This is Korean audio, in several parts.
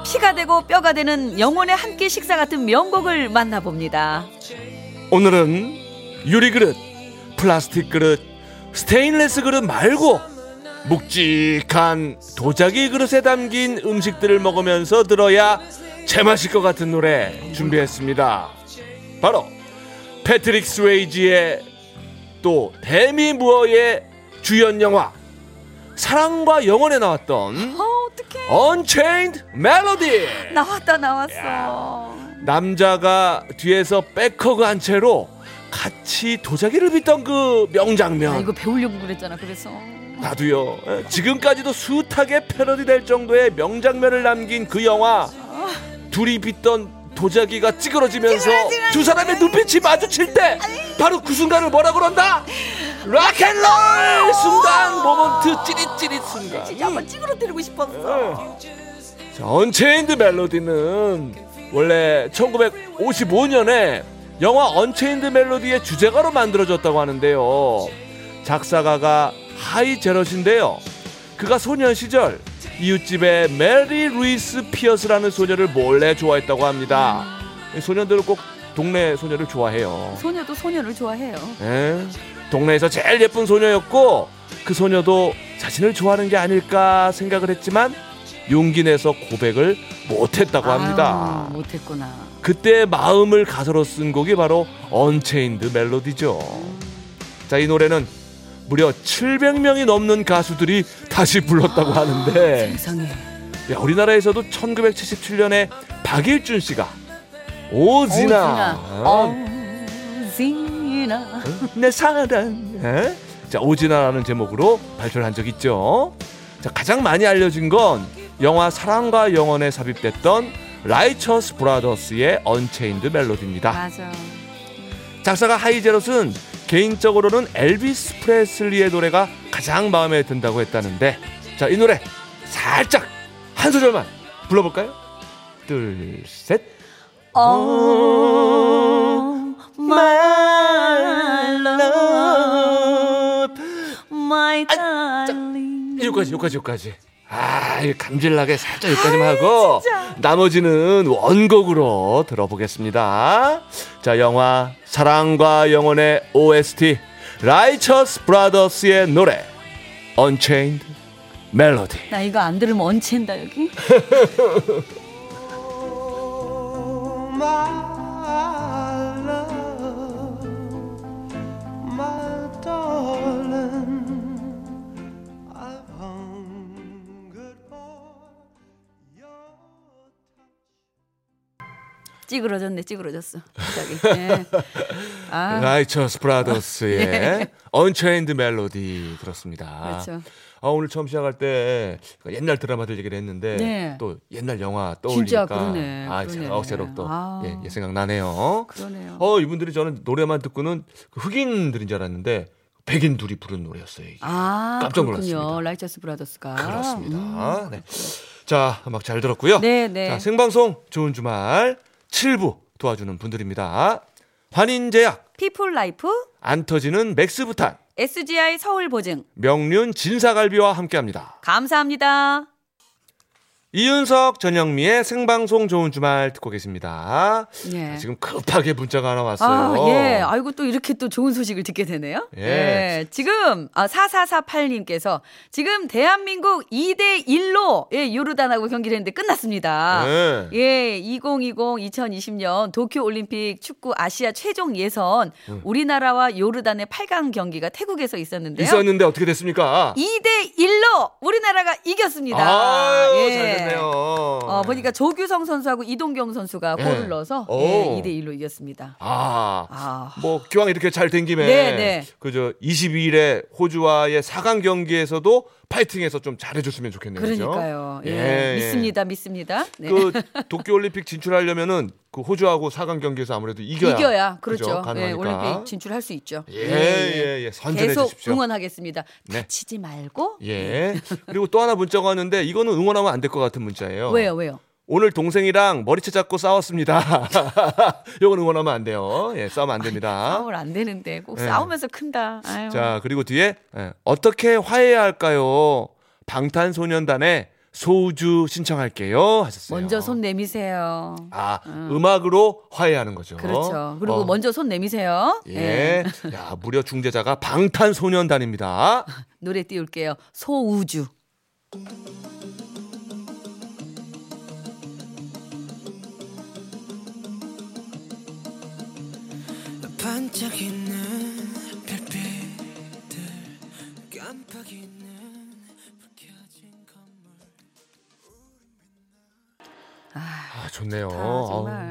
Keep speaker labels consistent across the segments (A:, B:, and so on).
A: 피가 되고 뼈가 되는 영혼의 한 끼 식사 같은 명곡을 만나봅니다.
B: 오늘은 유리 그릇, 플라스틱 그릇, 스테인레스 그릇 말고 묵직한 도자기 그릇에 담긴 음식들을 먹으면서 들어야 제맛일 것 같은 노래 준비했습니다. 바로 패트릭 스웨이지의 또 데미 무어의 주연 영화 사랑과 영혼에 나왔던
A: 어 어떡해
B: 언체인드 멜로디
A: 나왔다 나왔어.
B: 남자가 뒤에서 백허그 한 채로 같이 도자기를 빚던 그
A: 아,
B: 명장면
A: 이거 배우려고 그랬잖아 그래서.
B: 나도요 에, 지금까지도 숱하게 패러디 될 정도의 명장면을 남긴 그 영화 둘이 빚던 도자기가 찌그러지면서 네. 두 사람의 눈빛이 마주칠 때 바로 그 순간을 뭐라 그런다 락앤롤 순간 모먼트 찌릿찌릿 순간
A: 아.
B: 예.
A: 진짜 한번 찌그러뜨리고 싶었어.
B: 자, 언체인드 멜로디는 원래 1955년에 영화 언체인드 멜로디의 주제가로 만들어졌다고 하는데요. 작사가가 하이 제럿인데요. 그가 소년 시절 이웃집에 메리 루이스 피어스라는 소녀를 몰래 좋아했다고 합니다. 이 소년들은 꼭 동네 소녀를 좋아해요.
A: 소녀도 소녀를 좋아해요.
B: 에? 예? 동네에서 제일 예쁜 소녀였고 그 소녀도 자신을 좋아하는 게 아닐까 생각을 했지만 용기 내서 고백을 못했다고 합니다.
A: 아유, 못했구나.
B: 그때 마음을 가사로 쓴 곡이 바로 언체인드 멜로디죠. 자, 이 노래는 무려 700명이 넘는 가수들이 다시 불렀다고 하는데
A: 세상에.
B: 야, 우리나라에서도 1977년에 박일준 씨가
A: 어,
B: 오지나, 어,
A: 어지나.
B: 내 사랑. 예? 자 오진아라는 제목으로 발표를 한 적이 있죠. 자 가장 많이 알려진 건 영화 사랑과 영혼에 삽입됐던 라이처스 브라더스의 언체인드 멜로디입니다.
A: 맞아.
B: 작사가 하이제롯은 개인적으로는 엘비스 프레슬리의 노래가 가장 마음에 든다고 했다는데 자 이 노래 살짝 한 소절만 불러볼까요? 둘 셋.
A: 어. My
B: 아,
A: love. My darling.
B: 여기까지 여기까지 여기까지 아 이거 감질나게 살짝 여기까지만 하고 나머지는 원곡으로 들어보겠습니다 자 영화 사랑과 영혼의 OST 라이처스 브라더스의 노래 Unchained Melody
A: 나 이거 안 들으면 언첸다 여기. 찌그러졌네, 찌그러졌어. 갑자기. 예. 아,
B: 라이처스 브라더스의 Unchained Melody 들었습니다
A: 예. 그렇죠.
B: 아, 오늘 처음 시작할 때 그러니까 옛날 드라마들 얘기를 했는데
A: 네.
B: 또 옛날 영화 떠올리니까
A: 진짜 그러네,
B: 아,
A: 그러네.
B: 새록새록 또
A: 아.
B: 예, 예, 생각나네요.
A: 그러네요.
B: 어, 이분들이 저는 노래만 듣고는 그 흑인들인 줄 알았는데 백인 둘이 부른 노래였어요. 이게.
A: 아,
B: 깜짝
A: 그렇군요.
B: 놀랐습니다.
A: 라이처스 브라더스가. 음.
B: 그렇습니다. 네. 자, 음악 잘 들었고요.
A: 네, 네.
B: 자, 생방송 좋은 주말 7부 도와주는 분들입니다. 환인제약,
A: 피플 라이프,
B: 안 터지는 맥스부탄,
A: SGI 서울 보증.
B: 명륜 진사갈비와 함께합니다.
A: 감사합니다.
B: 이윤석, 전영미의 생방송 좋은 주말 듣고 계십니다. 아,
A: 예.
B: 지금 급하게 문자가 하나 왔어요.
A: 아, 예. 아이고, 또 이렇게 또 좋은 소식을 듣게 되네요.
B: 예.
A: 지금, 아, 4448님께서 지금 대한민국 2대1로, 예, 요르단하고 경기를 했는데 끝났습니다.
B: 예.
A: 예, 2020, 2020년 도쿄올림픽 축구 아시아 최종 예선
B: 음.
A: 우리나라와 요르단의 8강 경기가 태국에서 있었는데요.
B: 있었는데 어떻게 됐습니까?
A: 2대1로 우리나라가 이겼습니다.
B: 아유,
A: 예.
B: 잘 됐네요.
A: 어, 보니까 조규성 선수하고 이동경 선수가 골을 넣어서
B: 오.
A: 예, 2대1로 이겼습니다.
B: 아.
A: 아.
B: 뭐 기왕 이렇게 잘 된 김에
A: 네, 네.
B: 그저 22일에 호주와의 4강 경기에서도 파이팅해서 좀 잘해줬으면 좋겠네요. 그죠?
A: 그러니까요. 예,
B: 예.
A: 믿습니다, 믿습니다. 네.
B: 그 도쿄올림픽 진출하려면은 그 호주하고 4강 경기에서 아무래도 이겨야,
A: 이겨야 그렇죠.
B: 가능하니까.
A: 예, 올림픽 진출할 수 있죠.
B: 예, 예, 예. 선전해
A: 계속
B: 주십시오.
A: 응원하겠습니다.
B: 네.
A: 다치지 말고. 네.
B: 예. 그리고 또 하나 문자가 왔는데 이거는 응원하면 안 될 것 같은 문자예요.
A: 왜요, 왜요?
B: 오늘 동생이랑 머리채 잡고 싸웠습니다. 이건 응원하면 안 돼요. 예, 싸우면 안 됩니다.
A: 싸움을 안 되는데 꼭
B: 예.
A: 아, 싸우면서 큰다. 아유.
B: 자, 그리고 뒤에 예, 어떻게 화해해야 할까요? 방탄소년단의 소우주 신청할게요 하셨어요.
A: 먼저 손 내미세요.
B: 아, 음악으로 화해하는 거죠.
A: 그렇죠. 그리고
B: 어.
A: 먼저 손 내미세요. 예.
B: 예. 야, 무려 중재자가 방탄소년단입니다.
A: 노래 띄울게요. 소우주.
C: 반짝이는 별빛들 깜빡이는 불켜진 건물
B: 아, 좋네요.
A: 정말.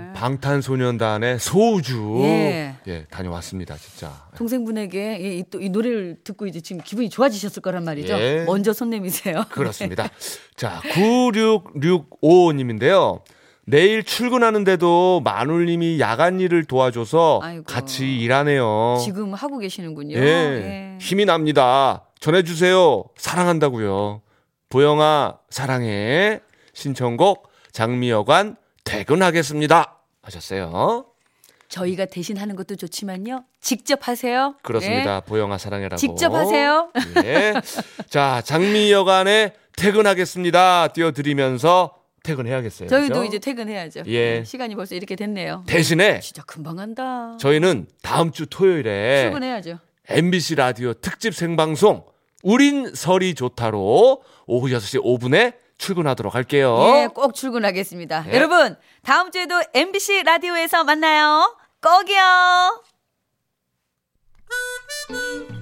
B: 아우, 방탄소년단의 소우주.
A: 예.
B: 예, 다녀왔습니다, 진짜.
A: 동생분에게 예, 이, 또 이 노래를 듣고 이제 지금 기분이 좋아지셨을 거란 말이죠.
B: 예.
A: 먼저 손 내미세요.
B: 그렇습니다. 자, 9665님인데요. 내일 출근하는데도 마눌님이 야간 일을 도와줘서
A: 아이고.
B: 같이 일하네요.
A: 지금 하고 계시는군요.
B: 예.
A: 예.
B: 힘이 납니다. 전해주세요. 사랑한다고요. 보영아, 사랑해. 신청곡 장미여관 퇴근하겠습니다. 하셨어요.
A: 저희가 대신 하는 것도 좋지만요. 직접 하세요.
B: 그렇습니다. 보영아 사랑해라고.
A: 네. 직접 하세요.
B: 예. 자, 장미여관에 퇴근하겠습니다. 띄워드리면서 퇴근해야겠어요.
A: 예. 저희도
B: 네, 그죠?
A: 이제 퇴근해야죠.
B: 그렇죠. 예.
A: 예, 시간이 벌써 이렇게 됐네요.
B: 대신에
A: 진짜 금방 한다.
B: 저희는 네. 다음 주 토요일에
A: 출근해야죠.
B: MBC 라디오 특집 생방송 우린 설이 좋다로 오후 6시 5분에 출근하도록 할게요.
A: 예, 꼭 출근하겠습니다.
B: 예.
A: 여러분, 다음 주에도 MBC 라디오에서 만나요. 꼭이요.